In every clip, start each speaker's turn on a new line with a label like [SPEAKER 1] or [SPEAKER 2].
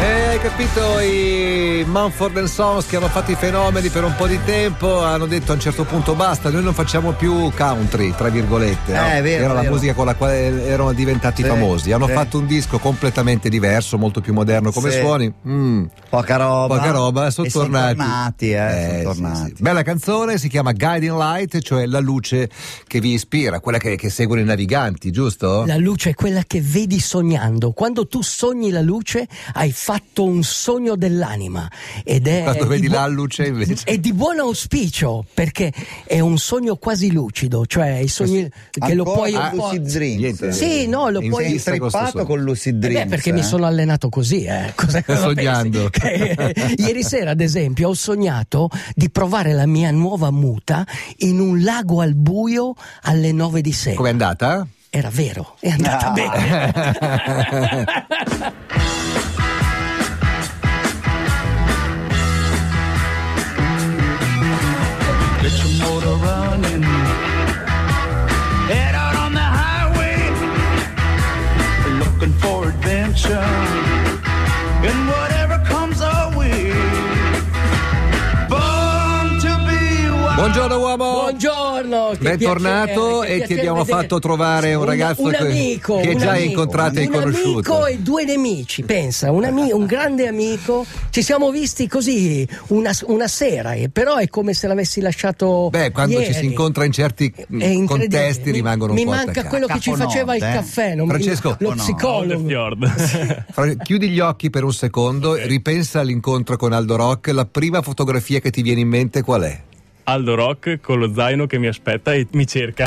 [SPEAKER 1] Eh, hai capito i Manford Sons che hanno fatto i fenomeni per un po' di tempo hanno detto a un certo punto basta, noi non facciamo più country, tra virgolette. no?
[SPEAKER 2] Eh, vero,
[SPEAKER 1] Era la
[SPEAKER 2] vero.
[SPEAKER 1] musica con la quale erano diventati
[SPEAKER 2] Sì,
[SPEAKER 1] famosi. Hanno
[SPEAKER 2] sì.
[SPEAKER 1] fatto un disco completamente diverso, molto più moderno come
[SPEAKER 2] Sì.
[SPEAKER 1] suoni. Mm,
[SPEAKER 2] Poca roba.
[SPEAKER 1] poca roba, sono
[SPEAKER 2] E son
[SPEAKER 1] tornati.
[SPEAKER 2] eh,
[SPEAKER 1] Eh,
[SPEAKER 2] son
[SPEAKER 1] sì,
[SPEAKER 2] tornati.
[SPEAKER 1] sì. Bella canzone, si chiama Guiding Light, cioè la luce che vi ispira, quella che, che seguono i naviganti, giusto?
[SPEAKER 3] La luce è quella che vedi sognando. Quando tu sogni la luce, hai fatto un sogno dell'anima. Ed è
[SPEAKER 1] Quando
[SPEAKER 3] di
[SPEAKER 1] vedi
[SPEAKER 3] eh, bu-
[SPEAKER 1] la luce invece.
[SPEAKER 3] È di buon auspicio perché è un sogno quasi lucido, cioè i sogni che lo puoi
[SPEAKER 2] Ancora
[SPEAKER 3] un po'- Eh
[SPEAKER 2] lucid dreams.
[SPEAKER 1] Niente.
[SPEAKER 3] Sì, no, lo
[SPEAKER 1] È
[SPEAKER 3] puoi-
[SPEAKER 1] infissa questo
[SPEAKER 2] Strippato
[SPEAKER 1] sogno.
[SPEAKER 2] con Lucid
[SPEAKER 3] Eh beh,
[SPEAKER 2] Dreams.
[SPEAKER 3] perché
[SPEAKER 2] eh.
[SPEAKER 3] mi sono allenato così, eh. Cos'è che lo pensi?
[SPEAKER 1] Sognando.
[SPEAKER 3] Che- Ieri sera, ad esempio, ho sognato di provare la mia nuova muta in un lago al buio alle 9 di sera.
[SPEAKER 1] Com'è andata?
[SPEAKER 3] Era vero, è andata
[SPEAKER 2] Ah.
[SPEAKER 3] bene.
[SPEAKER 4] Get your motor running. Head out on the highway. Looking for adventure. And whatever comes our way. Born to be wild.
[SPEAKER 1] Buongiorno uomo!
[SPEAKER 3] Buongiorno, che
[SPEAKER 1] Bentornato
[SPEAKER 3] piacere, che
[SPEAKER 1] e ti
[SPEAKER 3] piacere
[SPEAKER 1] abbiamo
[SPEAKER 3] vedere.
[SPEAKER 1] fatto trovare un ragazzo
[SPEAKER 3] un
[SPEAKER 1] che-
[SPEAKER 3] amico,
[SPEAKER 1] che
[SPEAKER 3] un
[SPEAKER 1] già hai
[SPEAKER 3] amico,
[SPEAKER 1] incontrato e
[SPEAKER 3] un
[SPEAKER 1] conosciuto.
[SPEAKER 3] amico e due nemici, pensa, un, ami- un grande amico. Ci siamo visti così una, una sera, eh, però è come se l'avessi lasciato
[SPEAKER 1] Beh, quando
[SPEAKER 3] ieri.
[SPEAKER 1] ci si incontra in certi
[SPEAKER 3] È
[SPEAKER 1] mm,
[SPEAKER 3] incredibile.
[SPEAKER 1] contesti
[SPEAKER 3] Mi-
[SPEAKER 1] rimangono un
[SPEAKER 3] Mi
[SPEAKER 1] po'
[SPEAKER 3] manca
[SPEAKER 1] attaccati.
[SPEAKER 3] quello che ci
[SPEAKER 2] Caponotte,
[SPEAKER 3] faceva il
[SPEAKER 2] eh.
[SPEAKER 3] caffè, non mi-
[SPEAKER 1] Francesco.
[SPEAKER 3] lo
[SPEAKER 2] Caponotte.
[SPEAKER 3] psicologo.
[SPEAKER 1] Fra- Chiudi gli occhi per un secondo, ripensa all'incontro con Aldo Rock, la prima fotografia che ti viene in mente qual è?
[SPEAKER 5] Aldo Rock con lo zaino che mi aspetta e mi cerca.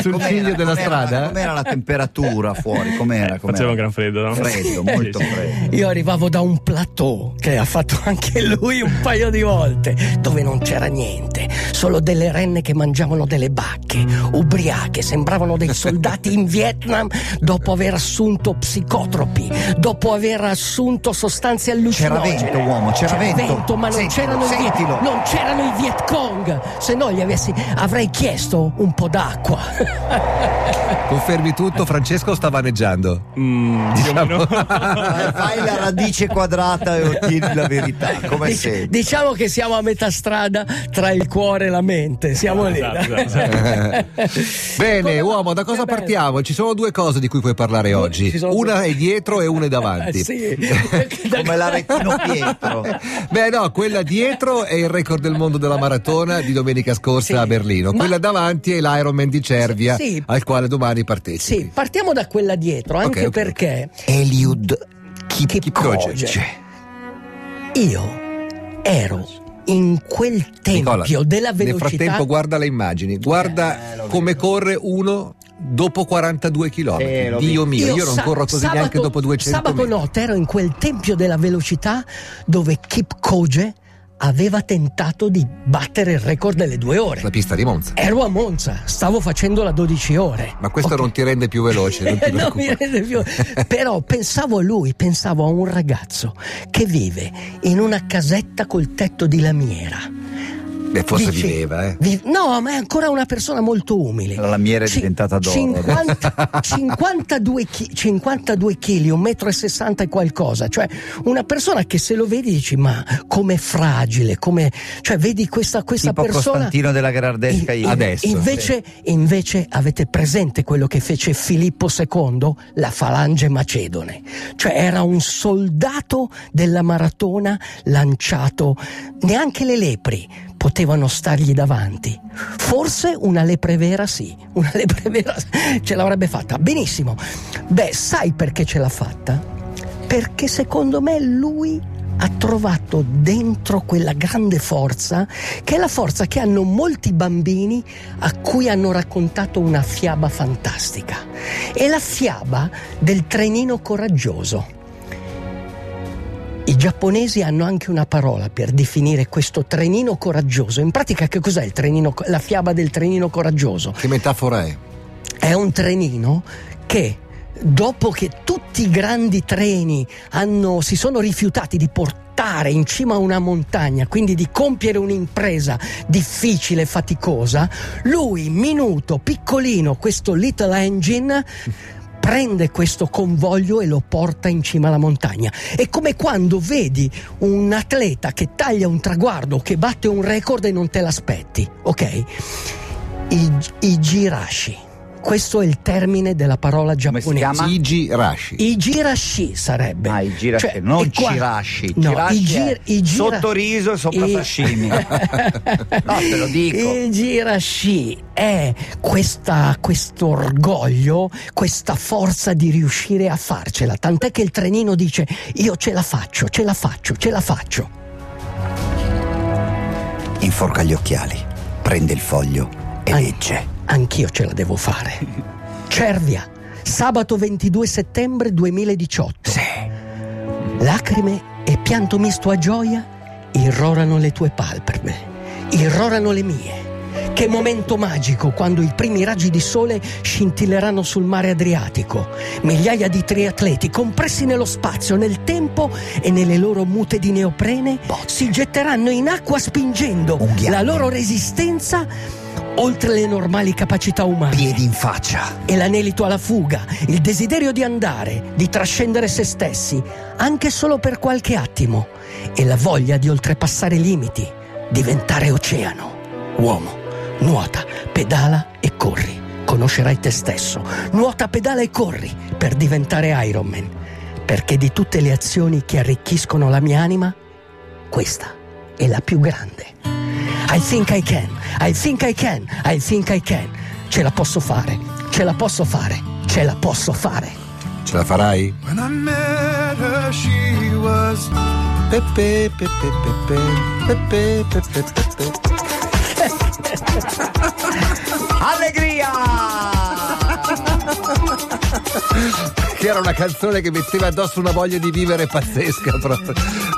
[SPEAKER 1] Sul
[SPEAKER 2] Com'era?
[SPEAKER 1] ciglio della
[SPEAKER 2] Com'era la-
[SPEAKER 1] strada?
[SPEAKER 2] Com'era la temperatura fuori? Com'era? com'era?
[SPEAKER 5] Faceva un gran freddo, no?
[SPEAKER 2] Freddo, molto
[SPEAKER 5] Sì, sì.
[SPEAKER 2] freddo.
[SPEAKER 3] Io arrivavo da un plateau che ha fatto anche lui un paio di volte, dove non c'era niente, solo delle renne che mangiavano delle bacche, ubriache, sembravano dei soldati in Vietnam dopo aver assunto psicotropi, dopo aver assunto sostanze
[SPEAKER 2] C'era
[SPEAKER 3] allucinogene.
[SPEAKER 2] vento, uomo, c'era vento.
[SPEAKER 3] ma non
[SPEAKER 2] Sentilo,
[SPEAKER 3] c'erano, i Viet,
[SPEAKER 2] sentilo.
[SPEAKER 3] non c'erano i Viet Cong, se no gli avessi, avrei chiesto un po' d'acqua.
[SPEAKER 1] Confermi tutto, Francesco sta vaneggiando. Diciamo.
[SPEAKER 5] Mm, più o meno.
[SPEAKER 2] Vai- Fai la radice quadrata e ottieni la verità, come
[SPEAKER 3] Dic-
[SPEAKER 2] sempre.
[SPEAKER 3] diciamo che siamo a metà strada tra il cuore e la mente, siamo lì.
[SPEAKER 5] Esatto, esatto, esatto.
[SPEAKER 1] Bene,
[SPEAKER 3] Come va?
[SPEAKER 1] uomo, da cosa
[SPEAKER 3] Che bello.
[SPEAKER 1] partiamo? Ci sono due cose di cui puoi parlare oggi.
[SPEAKER 3] ci sono
[SPEAKER 1] Una
[SPEAKER 3] due-
[SPEAKER 1] è dietro e una è davanti.
[SPEAKER 3] Eh, sì.
[SPEAKER 2] Come l'aretino Pietro.
[SPEAKER 1] Beh, no, quella dietro è il record del mondo della maratona di domenica scorsa
[SPEAKER 3] Sì.
[SPEAKER 1] a Berlino.
[SPEAKER 3] Ma-
[SPEAKER 1] Quella davanti è l'Ironman di Cervia,
[SPEAKER 3] Sì.
[SPEAKER 1] al quale domani partecipi.
[SPEAKER 3] Sì, partiamo da quella dietro, anche
[SPEAKER 1] Ok, ok.
[SPEAKER 3] perché
[SPEAKER 2] Eliud Kipkoge.
[SPEAKER 1] Kipchoge.
[SPEAKER 3] io ero in quel tempio
[SPEAKER 1] Nicola,
[SPEAKER 3] della
[SPEAKER 1] nel
[SPEAKER 3] velocità. Eh,
[SPEAKER 1] frattempo guarda le immagini, guarda come corre uno dopo 42 km.
[SPEAKER 2] Eh, lo
[SPEAKER 1] Dio mio, io, non
[SPEAKER 3] sa-
[SPEAKER 1] corro così
[SPEAKER 3] sabato-
[SPEAKER 1] neanche dopo 200
[SPEAKER 3] Sabato
[SPEAKER 1] metri.
[SPEAKER 3] notte ero in quel tempio della velocità dove Kipkoge aveva tentato di battere il record delle due ore.
[SPEAKER 1] La pista di Monza.
[SPEAKER 3] Ero a Monza, stavo facendo la 12 ore.
[SPEAKER 1] Ma questo
[SPEAKER 3] Ok.
[SPEAKER 1] non ti rende più veloce, non ti
[SPEAKER 3] Non
[SPEAKER 1] preoccupare.
[SPEAKER 3] mi rende più. Però pensavo a lui, pensavo a un ragazzo che vive in una casetta col tetto di lamiera.
[SPEAKER 1] Beh, forse
[SPEAKER 3] Dice-
[SPEAKER 1] viveva, eh.
[SPEAKER 3] vi- no, ma è ancora una persona molto umile.
[SPEAKER 2] La lamiera è
[SPEAKER 3] Ci-
[SPEAKER 2] diventata d'oro.
[SPEAKER 3] 50 52 chi- 52 kg, un metro e 60 e qualcosa. Cioè, una persona che se lo vedi dici, ma com'è fragile, come. Cioè, vedi questa, questa
[SPEAKER 2] Tipo
[SPEAKER 3] persona.
[SPEAKER 2] Costantino della Gherardesca
[SPEAKER 3] In-
[SPEAKER 2] ieri.
[SPEAKER 1] Adesso.
[SPEAKER 3] Invece, invece avete presente quello che fece Filippo II, la falange macedone, cioè era un soldato della maratona lanciato, neanche le lepri potevano stargli davanti. Forse una lepre vera sì, una lepre vera ce l'avrebbe fatta. Benissimo. Beh, sai perché ce l'ha fatta? Perché secondo me lui ha trovato dentro quella grande forza che è la forza che hanno molti bambini a cui hanno raccontato una fiaba fantastica. È la fiaba del trenino coraggioso. I giapponesi hanno anche una parola per definire questo trenino coraggioso. In pratica che cos'è il trenino, co- la fiaba del trenino coraggioso?
[SPEAKER 1] Che metafora è?
[SPEAKER 3] È un trenino che dopo che tutti i grandi treni hanno- si sono rifiutati di portare in cima a una montagna, quindi di compiere un'impresa difficile e faticosa, lui, minuto, piccolino, questo little engine prende questo convoglio e lo porta in cima alla montagna. È come quando vedi un atleta che taglia un traguardo, che batte un record e non te l'aspetti, ok? I, i girashi. Questo è il termine della parola
[SPEAKER 2] Come si
[SPEAKER 3] giapponese.
[SPEAKER 2] chiama?
[SPEAKER 1] Igi Rashi.
[SPEAKER 3] I girashi sarebbe.
[SPEAKER 2] Ah, i girashi,
[SPEAKER 3] Cioè,
[SPEAKER 2] non
[SPEAKER 3] e qua-
[SPEAKER 2] girashi.
[SPEAKER 3] No,
[SPEAKER 2] Girashi
[SPEAKER 3] i gir-
[SPEAKER 2] è
[SPEAKER 3] i gira-
[SPEAKER 2] sotto riso e sopra
[SPEAKER 3] i-
[SPEAKER 2] fascini. No, te lo dico.
[SPEAKER 3] I girashi è questa, questo orgoglio, questa forza di riuscire a farcela. Tant'è che il trenino dice: Io ce la faccio, ce la faccio, ce la faccio.
[SPEAKER 2] Inforca gli occhiali, prende il foglio e
[SPEAKER 3] An-
[SPEAKER 2] legge.
[SPEAKER 3] Anch'io ce la devo fare. Cervia, sabato 22 settembre 2018. Lacrime e pianto misto a gioia irrorano le tue palpebre, irrorano le mie. Che momento magico quando i primi raggi di sole scintilleranno sul mare Adriatico. Migliaia di triatleti, compressi nello spazio, nel tempo e nelle loro mute di neoprene, si getteranno in acqua spingendo
[SPEAKER 2] Unghiate.
[SPEAKER 3] la loro resistenza oltre le normali capacità umane
[SPEAKER 2] Piedi in faccia.
[SPEAKER 3] e l'anelito alla fuga, il desiderio di andare, di trascendere se stessi, anche solo per qualche attimo, e la voglia di oltrepassare i limiti, diventare oceano. Uomo, nuota, pedala e corri. Conoscerai te stesso. Nuota, pedala e corri per diventare Iron Man. Perché di tutte le azioni che arricchiscono la mia anima, questa è la più grande. I think I can, I think I can, I think I can. Ce la posso fare, ce la posso fare, ce la posso fare.
[SPEAKER 1] Ce la farai?
[SPEAKER 4] When I met her, she was
[SPEAKER 1] Pepe, pepe, pepe, pepe, pepe, pepe.
[SPEAKER 2] Allegria!
[SPEAKER 1] Che era una canzone che metteva addosso una voglia di vivere pazzesca proprio.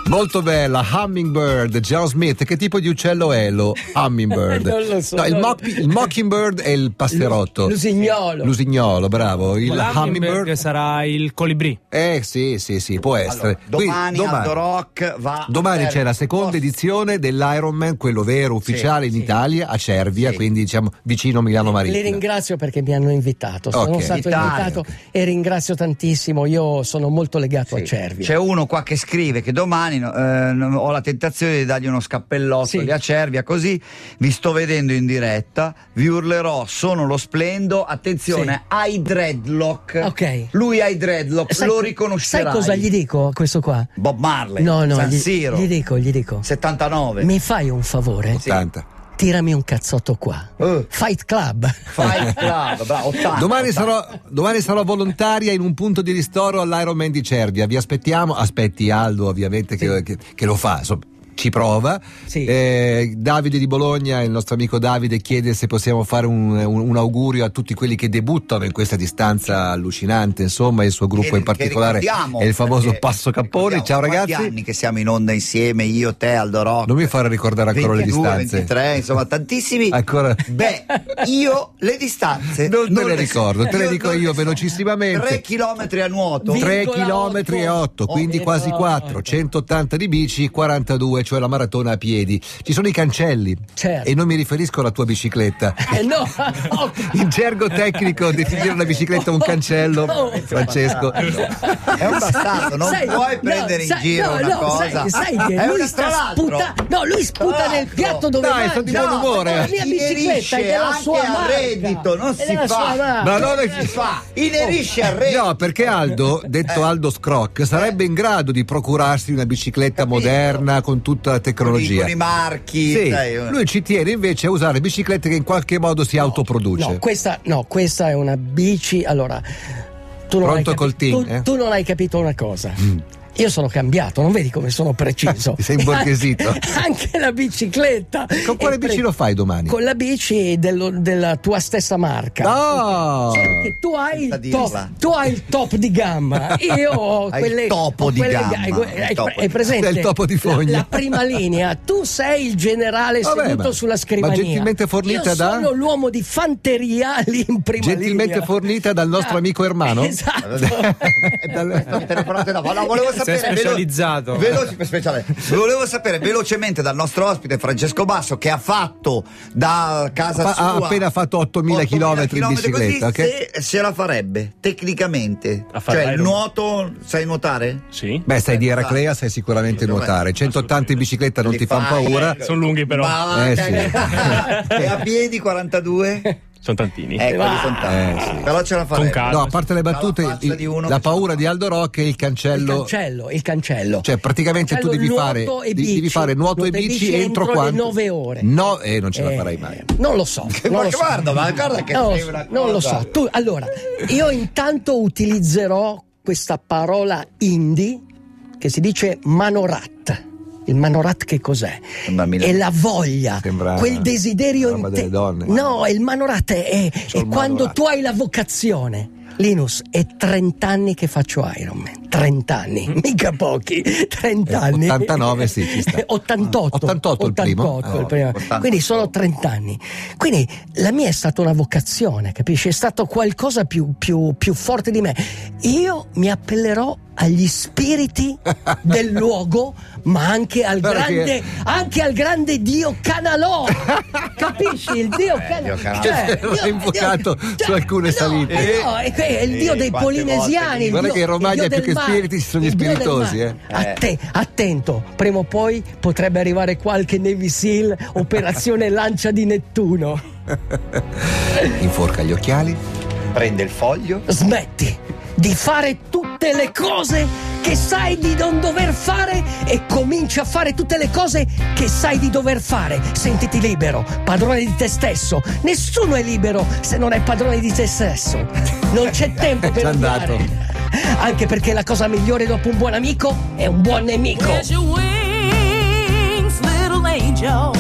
[SPEAKER 1] Molto bella, Hummingbird, John Smith. Che tipo di uccello è lo Hummingbird?
[SPEAKER 3] Non lo so,
[SPEAKER 1] No, il,
[SPEAKER 3] non-
[SPEAKER 1] mock- il Mockingbird è il passerotto.
[SPEAKER 3] Lusignolo.
[SPEAKER 1] Lusignolo, bravo. Il Hummingbird.
[SPEAKER 6] sarà il colibrì.
[SPEAKER 1] Eh sì, sì, sì, può essere.
[SPEAKER 2] Allora, domani,
[SPEAKER 1] Quindi, domani-
[SPEAKER 2] Aldo Rock
[SPEAKER 3] Ah,
[SPEAKER 2] va.
[SPEAKER 1] domani
[SPEAKER 2] per-
[SPEAKER 1] c'è la seconda edizione dell'Ironman, quello vero, ufficiale in Italia, a Cervia,
[SPEAKER 2] Sì.
[SPEAKER 1] quindi diciamo vicino Milano
[SPEAKER 3] Eh, Li
[SPEAKER 1] Marittimo.
[SPEAKER 3] ringrazio perché mi hanno invitato, sono
[SPEAKER 1] Ok.
[SPEAKER 3] stato
[SPEAKER 2] Italia.
[SPEAKER 3] invitato e ringrazio tantissimo, io sono molto legato
[SPEAKER 2] Sì. Cioè,
[SPEAKER 3] a Cervi.
[SPEAKER 2] C'è uno qua che scrive che domani no, eh, no, ho la tentazione di dargli uno scappellotto
[SPEAKER 3] Sì.
[SPEAKER 2] lì a Cervia, così vi sto vedendo in diretta, vi urlerò, sono lo splendo, attenzione, hai dreadlock.
[SPEAKER 3] Ok.
[SPEAKER 2] Lui ha i dreadlock,
[SPEAKER 3] Sai-
[SPEAKER 2] lo riconoscerai.
[SPEAKER 3] Sai cosa gli dico a questo qua?
[SPEAKER 2] Bob Marley,
[SPEAKER 3] No, no,
[SPEAKER 2] San
[SPEAKER 3] gli,
[SPEAKER 2] Siro,
[SPEAKER 3] gli dico, gli dico.
[SPEAKER 2] 79.
[SPEAKER 3] Mi fai un favore?
[SPEAKER 1] 80.
[SPEAKER 3] Tirami un cazzotto qua.
[SPEAKER 2] Eh.
[SPEAKER 3] Fight Club.
[SPEAKER 2] Fight Club, bravo, 80.
[SPEAKER 1] Domani sarò, domani sarò volontaria in un punto di ristoro all'Ironman di Cervia. Vi aspettiamo. Aspetti Aldo, ovviamente, che, che- che lo fa. insomma, Ci prova.
[SPEAKER 3] Sì.
[SPEAKER 1] Eh, Davide di Bologna, il nostro amico Davide, chiede se possiamo fare un, un- un augurio a tutti quelli che debuttano in questa distanza allucinante. Insomma, il suo gruppo
[SPEAKER 2] Che-
[SPEAKER 1] in
[SPEAKER 2] che
[SPEAKER 1] particolare
[SPEAKER 2] ricordiamo,
[SPEAKER 1] è il famoso
[SPEAKER 2] perché-
[SPEAKER 1] Passo Capponi.
[SPEAKER 2] ricordiamo
[SPEAKER 1] Ciao
[SPEAKER 2] quanti
[SPEAKER 1] ragazzi.
[SPEAKER 2] anni che siamo in onda insieme, io, te, Aldo Rock.
[SPEAKER 1] Non mi fare ricordare ancora le
[SPEAKER 2] 22,
[SPEAKER 1] distanze.
[SPEAKER 2] 23, insomma, tantissimi.
[SPEAKER 1] Ancora-
[SPEAKER 2] Beh, io le distanze
[SPEAKER 1] Non te le
[SPEAKER 2] so.
[SPEAKER 1] ricordo, te le dico
[SPEAKER 2] non
[SPEAKER 1] io
[SPEAKER 2] so.
[SPEAKER 1] velocissimamente.
[SPEAKER 2] Tre chilometri a nuoto.
[SPEAKER 3] Vi-
[SPEAKER 1] 3
[SPEAKER 3] virgola
[SPEAKER 1] km e 8,
[SPEAKER 3] otto.
[SPEAKER 1] quindi
[SPEAKER 3] Oh,
[SPEAKER 1] quasi
[SPEAKER 3] virgola
[SPEAKER 1] 4,
[SPEAKER 3] otto.
[SPEAKER 1] 180 di bici, 42, cioè la maratona a piedi. Ci sono i cancelli
[SPEAKER 3] Certo.
[SPEAKER 1] e non mi riferisco alla tua bicicletta.
[SPEAKER 3] Eh, no,
[SPEAKER 1] In gergo tecnico definire una bicicletta un cancello,
[SPEAKER 3] Oh.
[SPEAKER 1] Francesco.
[SPEAKER 2] È un bastardo, non
[SPEAKER 3] Sai-
[SPEAKER 2] puoi
[SPEAKER 3] no,
[SPEAKER 2] prendere in
[SPEAKER 3] sai-
[SPEAKER 2] giro
[SPEAKER 3] no,
[SPEAKER 2] una
[SPEAKER 3] no,
[SPEAKER 2] cosa.
[SPEAKER 3] Sai, sai che
[SPEAKER 2] È
[SPEAKER 3] lui
[SPEAKER 2] una- tra
[SPEAKER 3] sta
[SPEAKER 2] l'altro-
[SPEAKER 3] sputa, no, lui sputa
[SPEAKER 2] tra
[SPEAKER 3] nel
[SPEAKER 2] l'altro-
[SPEAKER 3] piatto dove
[SPEAKER 1] Dai, sto
[SPEAKER 3] mangia.
[SPEAKER 1] di buon
[SPEAKER 3] No,
[SPEAKER 1] umore.
[SPEAKER 3] perché La mia bicicletta è della
[SPEAKER 2] Inerisce
[SPEAKER 3] sua
[SPEAKER 2] anche
[SPEAKER 3] marca.
[SPEAKER 2] a reddito, non
[SPEAKER 3] È
[SPEAKER 2] si
[SPEAKER 3] della
[SPEAKER 2] fa.
[SPEAKER 3] sua marca.
[SPEAKER 1] Ma allora
[SPEAKER 2] Che si fa? Inerisce al reddito.
[SPEAKER 1] No, perché Aldo, detto Aldo Scroc, sarebbe in grado di procurarsi una bicicletta
[SPEAKER 2] Capito.
[SPEAKER 1] moderna con tutta la
[SPEAKER 2] Con i-
[SPEAKER 1] tecnologia.
[SPEAKER 2] con i marchi.
[SPEAKER 1] Sì,
[SPEAKER 2] sai, eh.
[SPEAKER 1] lui ci tiene invece a usare biciclette che in qualche modo si autoproduce.
[SPEAKER 3] No, questa, no, questa è una bici. Allora, tu non,
[SPEAKER 1] Pronto
[SPEAKER 3] hai,
[SPEAKER 1] col
[SPEAKER 3] tu-
[SPEAKER 1] team, eh? Mm.
[SPEAKER 3] tu non hai capito una cosa. Io sono cambiato, non vedi come sono preciso.
[SPEAKER 1] Ti sei imborghesito.
[SPEAKER 3] Anche, anche la bicicletta.
[SPEAKER 1] Con quale
[SPEAKER 3] È pre-
[SPEAKER 1] bici lo fai domani?
[SPEAKER 3] Con la bici dello- della tua stessa marca.
[SPEAKER 1] No!
[SPEAKER 3] Solo che tu hai,
[SPEAKER 2] Senza
[SPEAKER 3] il
[SPEAKER 2] dirla.
[SPEAKER 3] top, tu hai il top di gamma, io ho
[SPEAKER 2] Hai il
[SPEAKER 3] quelle.
[SPEAKER 2] topo
[SPEAKER 3] ho
[SPEAKER 2] di
[SPEAKER 3] quelle
[SPEAKER 2] gamma,
[SPEAKER 3] hai-
[SPEAKER 2] il
[SPEAKER 3] hai-
[SPEAKER 2] topo
[SPEAKER 3] hai
[SPEAKER 2] di-
[SPEAKER 3] presente?
[SPEAKER 1] È il topo di fogna.
[SPEAKER 3] La, la prima linea, tu sei il generale
[SPEAKER 1] Vabbè,
[SPEAKER 3] seduto
[SPEAKER 1] ma-
[SPEAKER 3] sulla scrivania.
[SPEAKER 1] ma gentilmente fornita
[SPEAKER 3] Io
[SPEAKER 1] da-
[SPEAKER 3] Sono l'uomo di fanteria lì in prima
[SPEAKER 1] Gentilmente
[SPEAKER 3] linea.
[SPEAKER 1] fornita dal nostro
[SPEAKER 3] Ah,
[SPEAKER 1] amico Ermano?
[SPEAKER 2] Eh,
[SPEAKER 3] Esatto.
[SPEAKER 2] Te ne parlate dopo. No, volevo sapere velo-
[SPEAKER 6] specializzato.
[SPEAKER 2] veloce- speciale. Volevo sapere velocemente dal nostro ospite Francesco Basso che ha fatto da casa
[SPEAKER 1] Fa- ha
[SPEAKER 2] sua
[SPEAKER 1] appena fatto 8.000
[SPEAKER 2] 8.000
[SPEAKER 1] chilometri in
[SPEAKER 2] chilometri
[SPEAKER 1] bicicletta,
[SPEAKER 2] così,
[SPEAKER 1] ok?
[SPEAKER 2] se, se la farebbe tecnicamente.
[SPEAKER 5] A fare
[SPEAKER 2] Cioè
[SPEAKER 5] Iron-
[SPEAKER 2] nuoto, sai nuotare?
[SPEAKER 5] Sì.
[SPEAKER 1] Beh, sei di Eraclea, sai sicuramente
[SPEAKER 2] Dov'è?
[SPEAKER 1] nuotare. 180 in bicicletta non
[SPEAKER 2] Li
[SPEAKER 1] ti fanno
[SPEAKER 2] fai,
[SPEAKER 1] paura.
[SPEAKER 2] eh.
[SPEAKER 5] Sono lunghi però.
[SPEAKER 2] Ma-
[SPEAKER 1] Eh, sì.
[SPEAKER 2] e eh, a piedi 42?
[SPEAKER 5] Sono tantini.
[SPEAKER 2] Ecco, li sono tanti.
[SPEAKER 1] Eh, sì.
[SPEAKER 2] Però ce la
[SPEAKER 5] Con
[SPEAKER 2] farebbe.
[SPEAKER 5] calma.
[SPEAKER 1] No, a parte le
[SPEAKER 2] Dalla
[SPEAKER 1] battute,
[SPEAKER 2] faccia
[SPEAKER 1] il-
[SPEAKER 2] di uno
[SPEAKER 1] la
[SPEAKER 2] che-
[SPEAKER 1] paura di Aldo Rock è il
[SPEAKER 3] Il
[SPEAKER 1] cancello.
[SPEAKER 3] cancello, il cancello.
[SPEAKER 1] Cioè, praticamente tu
[SPEAKER 3] Cancello,
[SPEAKER 1] devi
[SPEAKER 3] nuoto
[SPEAKER 1] fare,
[SPEAKER 3] e
[SPEAKER 1] devi- devi
[SPEAKER 3] bici.
[SPEAKER 1] fare nuoto e
[SPEAKER 3] Nuoto e
[SPEAKER 1] bici
[SPEAKER 3] bici
[SPEAKER 1] entro
[SPEAKER 3] entro le
[SPEAKER 1] quanto?
[SPEAKER 3] nove ore.
[SPEAKER 1] No, e non ce la
[SPEAKER 3] Eh,
[SPEAKER 1] farai mai.
[SPEAKER 3] Non lo so.
[SPEAKER 2] Ma
[SPEAKER 3] Non lo so.
[SPEAKER 2] guarda, ma guarda che
[SPEAKER 3] Non lo
[SPEAKER 2] sei
[SPEAKER 3] so,
[SPEAKER 2] una cosa.
[SPEAKER 3] non lo so. Tu, allora, io intanto utilizzerò questa parola indie che si dice manorat. Il manorat che cos'è?
[SPEAKER 2] Mamma mia.
[SPEAKER 3] È la voglia,
[SPEAKER 1] Sembra
[SPEAKER 3] quel desiderio
[SPEAKER 1] la roba
[SPEAKER 3] in te.
[SPEAKER 1] delle donne.
[SPEAKER 3] No, il manorat è, è-
[SPEAKER 1] C'ho
[SPEAKER 3] è
[SPEAKER 1] il
[SPEAKER 3] quando
[SPEAKER 1] manorat.
[SPEAKER 3] tu hai la vocazione. Linus, è 30 anni che faccio Ironman. 30 anni, mica pochi. 30
[SPEAKER 1] Eh,
[SPEAKER 3] anni.
[SPEAKER 1] 89 Mm. sì, ci sta.
[SPEAKER 3] 88.
[SPEAKER 1] 88 il primo. Ah,
[SPEAKER 3] 88 il primo.
[SPEAKER 2] 88.
[SPEAKER 3] Quindi sono 30 anni. Quindi la mia è stata una vocazione, capisci? È stato qualcosa più, più- più forte di me. Io mi appellerò agli spiriti del luogo, ma anche al,
[SPEAKER 1] Guarda che-
[SPEAKER 3] grande, anche al grande Dio Canalò. Capisci? Il
[SPEAKER 1] Eh,
[SPEAKER 3] Dio
[SPEAKER 2] Dio
[SPEAKER 3] Canalò.
[SPEAKER 2] Canalò.
[SPEAKER 1] Che verrà Cioè, invocato su alcune
[SPEAKER 3] cioè, no,
[SPEAKER 1] salite.
[SPEAKER 3] eh, no, è, è il
[SPEAKER 2] Eh,
[SPEAKER 3] Dio
[SPEAKER 2] quante
[SPEAKER 3] dei
[SPEAKER 2] volte-
[SPEAKER 3] polinesiani. il
[SPEAKER 1] Guarda
[SPEAKER 3] Dio-
[SPEAKER 1] che in Romagna
[SPEAKER 3] il Dio
[SPEAKER 1] più
[SPEAKER 3] del
[SPEAKER 1] che
[SPEAKER 3] mare,
[SPEAKER 1] spiriti ci sono gli
[SPEAKER 3] il Dio del
[SPEAKER 1] spiritosi,
[SPEAKER 3] mare.
[SPEAKER 2] eh.
[SPEAKER 3] Atte- attento, prima o poi potrebbe arrivare qualche Navy Seal, operazione lancia di Nettuno.
[SPEAKER 1] Inforca gli occhiali.
[SPEAKER 2] Prende il foglio.
[SPEAKER 3] Smetti di fare tutte le cose che sai di non dover fare e comincia a fare tutte le cose che sai di dover fare. Sentiti libero, padrone di te stesso. Nessuno è libero se non è padrone di te stesso. Non c'è tempo per
[SPEAKER 1] C'è
[SPEAKER 3] andare.
[SPEAKER 1] andato.
[SPEAKER 3] Anche perché la cosa migliore dopo un buon amico è un buon nemico.
[SPEAKER 7] Where's your wings, little angel?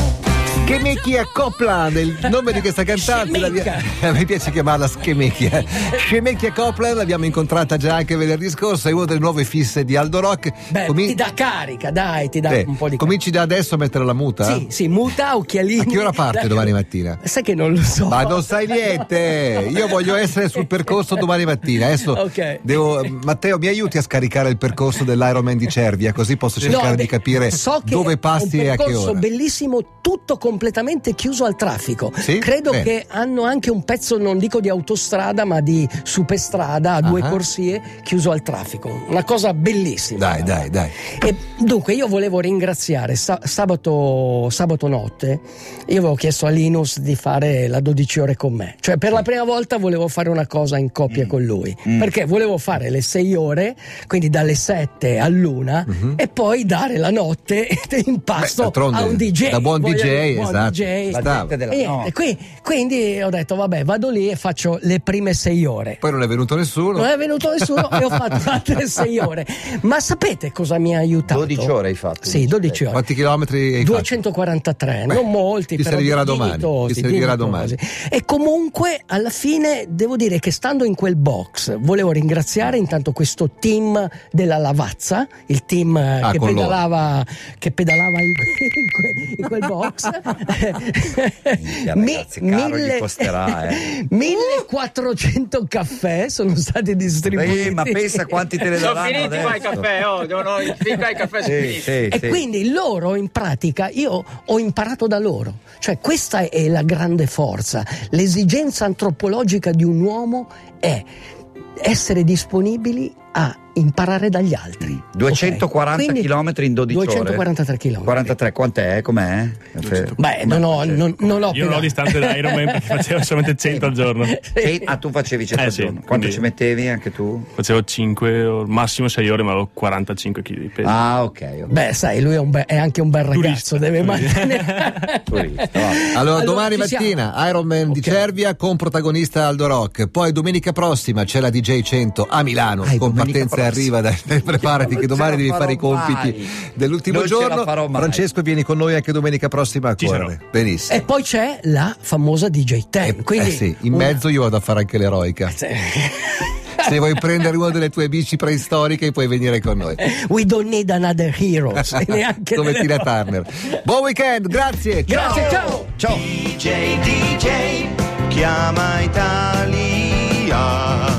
[SPEAKER 1] Schemecchia Copland, il nome di questa cantante. la
[SPEAKER 3] Scemecchia.
[SPEAKER 1] mia- a me piace chiamarla Schemecchia. Schemecchia Copland, l'abbiamo incontrata già anche venerdì scorso, è una delle nuove fisse di Aldo Rock.
[SPEAKER 3] Beh,
[SPEAKER 1] Comin-
[SPEAKER 3] ti dà carica, dai, ti dà
[SPEAKER 1] Beh,
[SPEAKER 3] un po' di
[SPEAKER 1] cominci da adesso a mettere la muta? eh?
[SPEAKER 3] Sì, sì, muta, occhialini.
[SPEAKER 1] A che ora parte
[SPEAKER 3] Dai.
[SPEAKER 1] domani mattina?
[SPEAKER 3] Sai che non lo so.
[SPEAKER 1] Ma non sai niente, io voglio essere sul percorso domani mattina. Adesso
[SPEAKER 3] Ok.
[SPEAKER 1] devo- mm, Matteo, mi aiuti a scaricare il percorso dell'Ironman di Cervia, così posso cercare
[SPEAKER 3] No,
[SPEAKER 1] di
[SPEAKER 3] beh,
[SPEAKER 1] capire
[SPEAKER 3] so che
[SPEAKER 1] dove passi e a
[SPEAKER 3] È
[SPEAKER 1] che
[SPEAKER 3] un percorso
[SPEAKER 1] ora.
[SPEAKER 3] bellissimo, tutto completamente chiuso al traffico.
[SPEAKER 1] Sì?
[SPEAKER 3] Credo
[SPEAKER 1] Bene.
[SPEAKER 3] che hanno anche un pezzo, non dico di autostrada, ma di superstrada a due
[SPEAKER 1] Ah.
[SPEAKER 3] corsie chiuso al traffico. Una cosa bellissima.
[SPEAKER 1] Dai, dai, dai.
[SPEAKER 3] E dunque io volevo ringraziare sa- sabato, sabato notte, io avevo chiesto a Linus di fare la 12 ore con me, cioè per la prima volta volevo fare una cosa in coppia
[SPEAKER 1] Mm.
[SPEAKER 3] con lui, perché volevo fare le 6 ore, quindi dalle 7 all'una
[SPEAKER 1] Mhm.
[SPEAKER 3] e poi dare la notte in pasto
[SPEAKER 1] d'altronde, cioè,
[SPEAKER 3] a un DJ.
[SPEAKER 1] da buon
[SPEAKER 3] Voglio-
[SPEAKER 1] DJ,
[SPEAKER 3] buon
[SPEAKER 1] esatto.
[SPEAKER 3] DJ.
[SPEAKER 1] La
[SPEAKER 2] La
[SPEAKER 1] Bravo.
[SPEAKER 2] gente della
[SPEAKER 3] E niente,
[SPEAKER 2] notte.
[SPEAKER 3] qui- quindi ho detto vabbè vado lì e faccio le prime 6 ore.
[SPEAKER 1] Poi non è venuto nessuno.
[SPEAKER 3] Non è venuto nessuno e ho fatto altre 6 ore. Ma sapete cosa mi ha aiutato?
[SPEAKER 2] 12 ore hai fatto, eh.
[SPEAKER 3] Sì, 12 ore.
[SPEAKER 1] Quanti chilometri hai fatto?
[SPEAKER 3] 243,
[SPEAKER 1] Beh,
[SPEAKER 3] non molti,
[SPEAKER 1] ti
[SPEAKER 3] però
[SPEAKER 1] servirà domani,
[SPEAKER 3] dignitosi,
[SPEAKER 1] ti servirà
[SPEAKER 3] dignitosi. E comunque alla fine devo dire che stando in quel box volevo ringraziare intanto questo team della Lavazza, il team eh,
[SPEAKER 1] Ah,
[SPEAKER 3] che,
[SPEAKER 1] con loro.
[SPEAKER 3] pedalava, che pedalava in, in que- in quel box.
[SPEAKER 2] Minchia, ragazzi, caro gli costerà, eh.
[SPEAKER 3] 1400 caffè sono stati distribuiti.
[SPEAKER 2] Eh, ma pensa quanti te ne
[SPEAKER 6] Sono
[SPEAKER 2] daranno
[SPEAKER 6] finiti
[SPEAKER 2] adesso.
[SPEAKER 6] qua i caffè, oh, no, no, i qua i caffè sono
[SPEAKER 2] Sì,
[SPEAKER 6] finiti.
[SPEAKER 2] sì,
[SPEAKER 3] E
[SPEAKER 2] Eh, sì.
[SPEAKER 3] quindi loro in pratica, io ho imparato da loro, cioè questa è la grande forza, l'esigenza antropologica di un uomo è essere disponibili a imparare dagli altri.
[SPEAKER 2] 240
[SPEAKER 3] Ok? Quindi
[SPEAKER 2] km in 12 ore.
[SPEAKER 3] 243 km.
[SPEAKER 2] 43, quant'è? Com'è?
[SPEAKER 3] Beh, non ho,
[SPEAKER 2] cioè,
[SPEAKER 3] non, non ho
[SPEAKER 5] Io non
[SPEAKER 3] pedale.
[SPEAKER 5] ho distanze da Ironman perché facevo solamente 100 al giorno.
[SPEAKER 2] Sì, ah, tu facevi 100
[SPEAKER 5] Eh,
[SPEAKER 2] al
[SPEAKER 5] sì,
[SPEAKER 2] giorno. Quanto
[SPEAKER 5] quindi-
[SPEAKER 2] ci mettevi anche tu?
[SPEAKER 5] Facevo 5 o massimo 6 ore, ma avevo 45 kg di peso.
[SPEAKER 2] Ah, ok. ok.
[SPEAKER 3] Beh, sai, lui è, un be- è anche un bel ragazzo,
[SPEAKER 5] Turista.
[SPEAKER 3] deve
[SPEAKER 5] Turista.
[SPEAKER 3] mantenere.
[SPEAKER 2] Turista, vabbè.
[SPEAKER 1] Allora, domani
[SPEAKER 3] ci siamo.
[SPEAKER 1] mattina Iron Man di
[SPEAKER 3] Ok.
[SPEAKER 1] Cervia con protagonista Aldo Rock. Poi domenica prossima c'è la DJ 100 a Milano
[SPEAKER 2] Ah, è
[SPEAKER 1] con
[SPEAKER 2] domenica
[SPEAKER 1] partenza e arriva.
[SPEAKER 2] prossima.
[SPEAKER 1] dai, preparati
[SPEAKER 2] Non
[SPEAKER 1] che
[SPEAKER 2] ce
[SPEAKER 1] domani
[SPEAKER 2] la
[SPEAKER 1] devi
[SPEAKER 2] farò
[SPEAKER 1] fare i compiti
[SPEAKER 2] mai.
[SPEAKER 1] dell'ultimo
[SPEAKER 2] Non ce la
[SPEAKER 1] giorno.
[SPEAKER 2] farò mai.
[SPEAKER 1] Francesco vieni con noi anche domenica prossima a
[SPEAKER 5] Ci
[SPEAKER 1] correre.
[SPEAKER 5] sarò.
[SPEAKER 1] Benissimo.
[SPEAKER 2] Eh,
[SPEAKER 3] E poi c'è la famosa DJ Ten.
[SPEAKER 1] Eh,
[SPEAKER 3] Quindi
[SPEAKER 1] eh sì, in
[SPEAKER 3] una-
[SPEAKER 1] mezzo io vado a fare anche l'eroica. Se vuoi prendere una delle tue bici preistoriche puoi venire con noi.
[SPEAKER 3] We don't need another hero. neanche
[SPEAKER 1] Come
[SPEAKER 3] delle-
[SPEAKER 1] Tina Turner. Buon weekend, grazie. ciao.
[SPEAKER 3] Grazie, ciao.
[SPEAKER 2] Ciao.
[SPEAKER 4] DJ, DJ, chiama Italia.